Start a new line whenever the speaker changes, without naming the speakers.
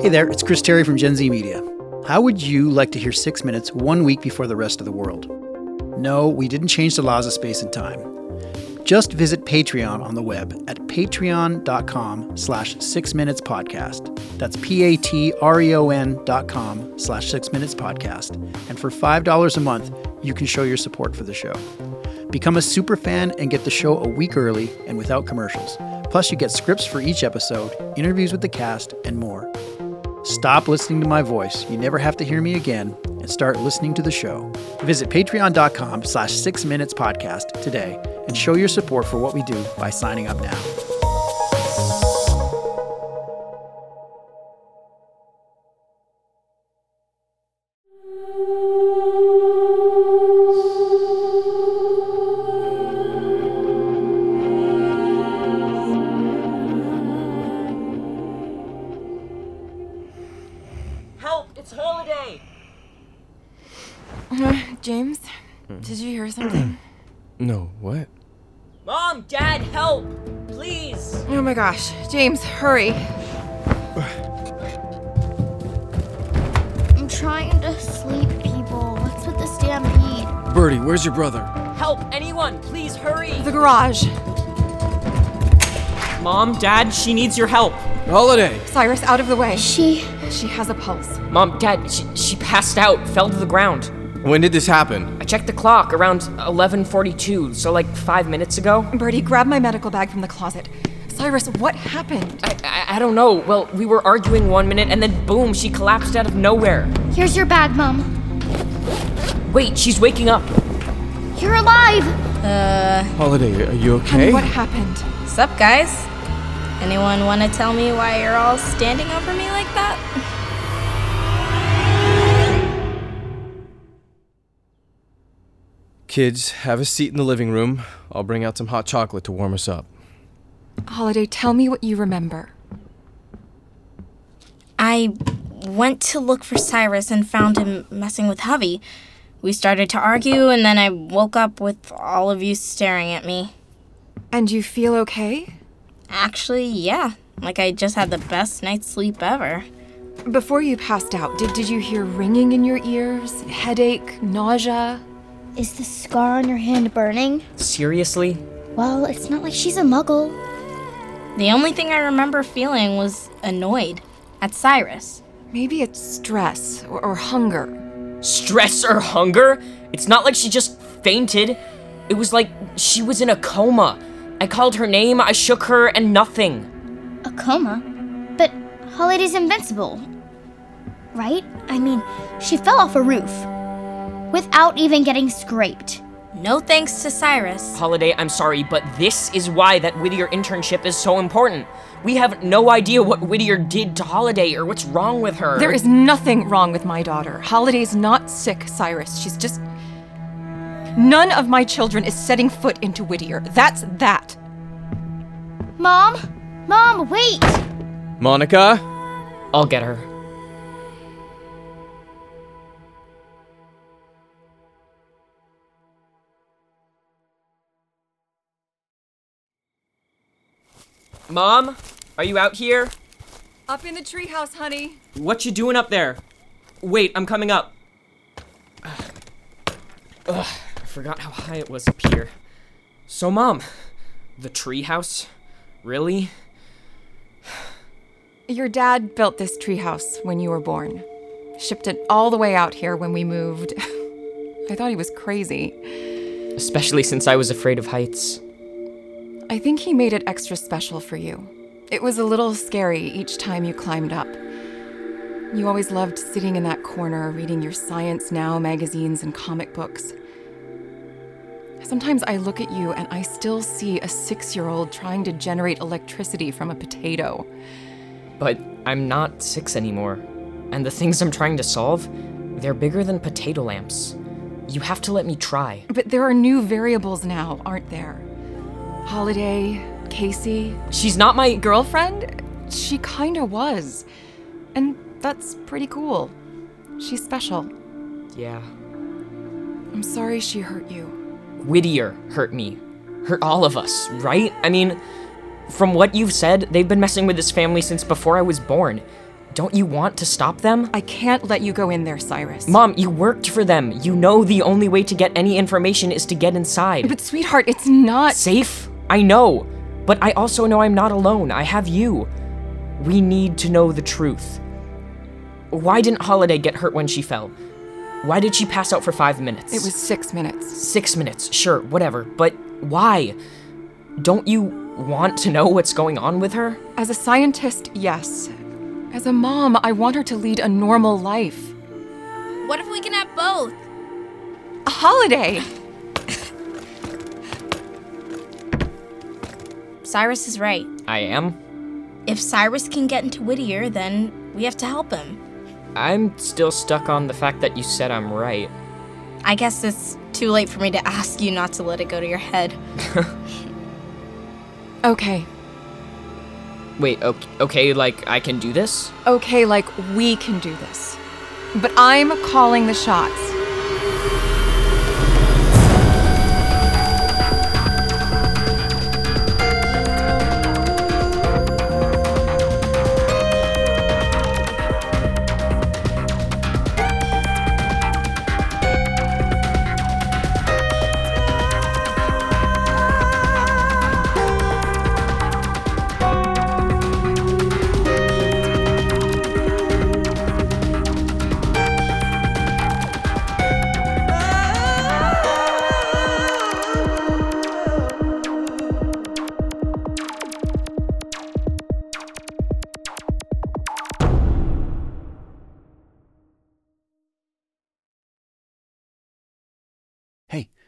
Hey there, it's Chris Terry from Gen Z Media. How would you like to hear six minutes one week before the rest of the world? No, we didn't change the laws of space and time. Just visit Patreon on the web at patreon.com slash six minutes podcast. That's P-A-T-R-E-O-N E dot com slash six minutes podcast. And for $5 a month, you can show your support for the show. Become a super fan and get the show a week early and without commercials. Plus, you get scripts for each episode, interviews with the cast, and more. Stop listening to my voice. You never have to hear me again and start listening to the show. Visit patreon.com slash six minutes podcast today and show your support for what we do by signing up now.
Help! It's Holiday!
James, did you hear something?
No, what?
Mom, Dad, help! Please!
oh my gosh. James, hurry.
I'm trying to sleep, people. What's with the stampede?
Birdie, where's your brother?
Help anyone! Please hurry!
The garage.
Mom, Dad, she needs your help!
Holiday!
Cyrus, out of the way.
She.
She has a pulse.
Mom, Dad, she, she passed out, fell to the ground.
When did this happen?
I checked the clock around 11:42, so like 5 minutes ago.
Bertie, grab my medical bag from the closet. Cyrus, what happened?
I, I, I don't know. Well, we were arguing one minute and then boom, she collapsed out of nowhere.
Here's your bag, Mom.
Wait, she's waking up.
You're alive!
Holiday, are you
Honey,
okay?
What happened?
What's up, guys? Anyone want to tell me why you're all standing over me like that?
Kids, have a seat in the living room. I'll bring out some hot chocolate to warm us up.
Holiday, tell me what you remember.
I went to look for Cyrus and found him messing with Hovey. We started to argue, and then I woke up with all of you staring at me.
And you feel okay?
Actually, yeah, like I just had the best night's sleep ever.
Before you passed out, did, did you hear ringing in your ears, headache, nausea?
Is the scar on your hand burning?
Seriously?
Well, it's not like she's a muggle.
The only thing I remember feeling was annoyed at Cyrus.
Maybe it's stress or, or hunger.
Stress or hunger? It's not like she just fainted. It was like she was in a coma. I called her name, I shook her, and nothing.
A coma? But Holiday's invincible. Right? I mean, she fell off a roof. Without even getting scraped.
No thanks to Cyrus.
Holiday, I'm sorry, but this is why that Whittier internship is so important. We have no idea what Whittier did to Holiday or what's wrong with her.
There is nothing wrong with my daughter. Holiday's not sick, Cyrus. She's just. None of my children is setting foot into Whittier. That's that.
Mom? Mom, wait!
Monica?
I'll get her. Mom, are you out here?
Up in the treehouse, honey.
What you doing up there? Wait, I'm coming up. Ugh, I forgot how high it was up here. So, Mom, the treehouse? Really?
Your dad built this treehouse when you were born. Shipped it all the way out here when we moved. I thought he was crazy.
Especially since I was afraid of heights.
I think he made it extra special for you. It was a little scary each time you climbed up. You always loved sitting in that corner reading your Science Now magazines and comic books. Sometimes I look at you and I still see a six year old trying to generate electricity from a potato.
But I'm not six anymore. And the things I'm trying to solve, they're bigger than potato lamps. You have to let me try.
But there are new variables now, aren't there? Holiday, Casey,
She's not my girl.
girlfriend? She kinda was. And that's pretty cool. She's special.
Yeah.
I'm sorry she hurt you.
Whittier hurt me. Hurt all of us, right? I mean, from what you've said, they've been messing with this family since before I was born. Don't you want to stop them?
I can't let you go in there, Cyrus.
Mom, you worked for them. You know the only way to get any information is to get inside.
but sweetheart, it's not.
Safe? I know. But I also know I'm not alone. I have you. We need to know the truth. Why didn't Holiday get hurt when she fell? Why did she pass out for five minutes?
It was six minutes.
six minutes, sure, whatever. But why? Don't you want to know what's going on with her?
As a scientist, yes. As a mom, I want her to lead a normal life.
What if we can have both?
A holiday!
Cyrus is right.
I am.
If Cyrus can get into Whittier, then we have to help him.
I'm still stuck on the fact that you said I'm right.
I guess it's too late for me to ask you not to let it go to your head.
Okay.
Wait, okay, okay like I can do this?
Okay, like, we can do this. But I'm calling the shots.
Hey,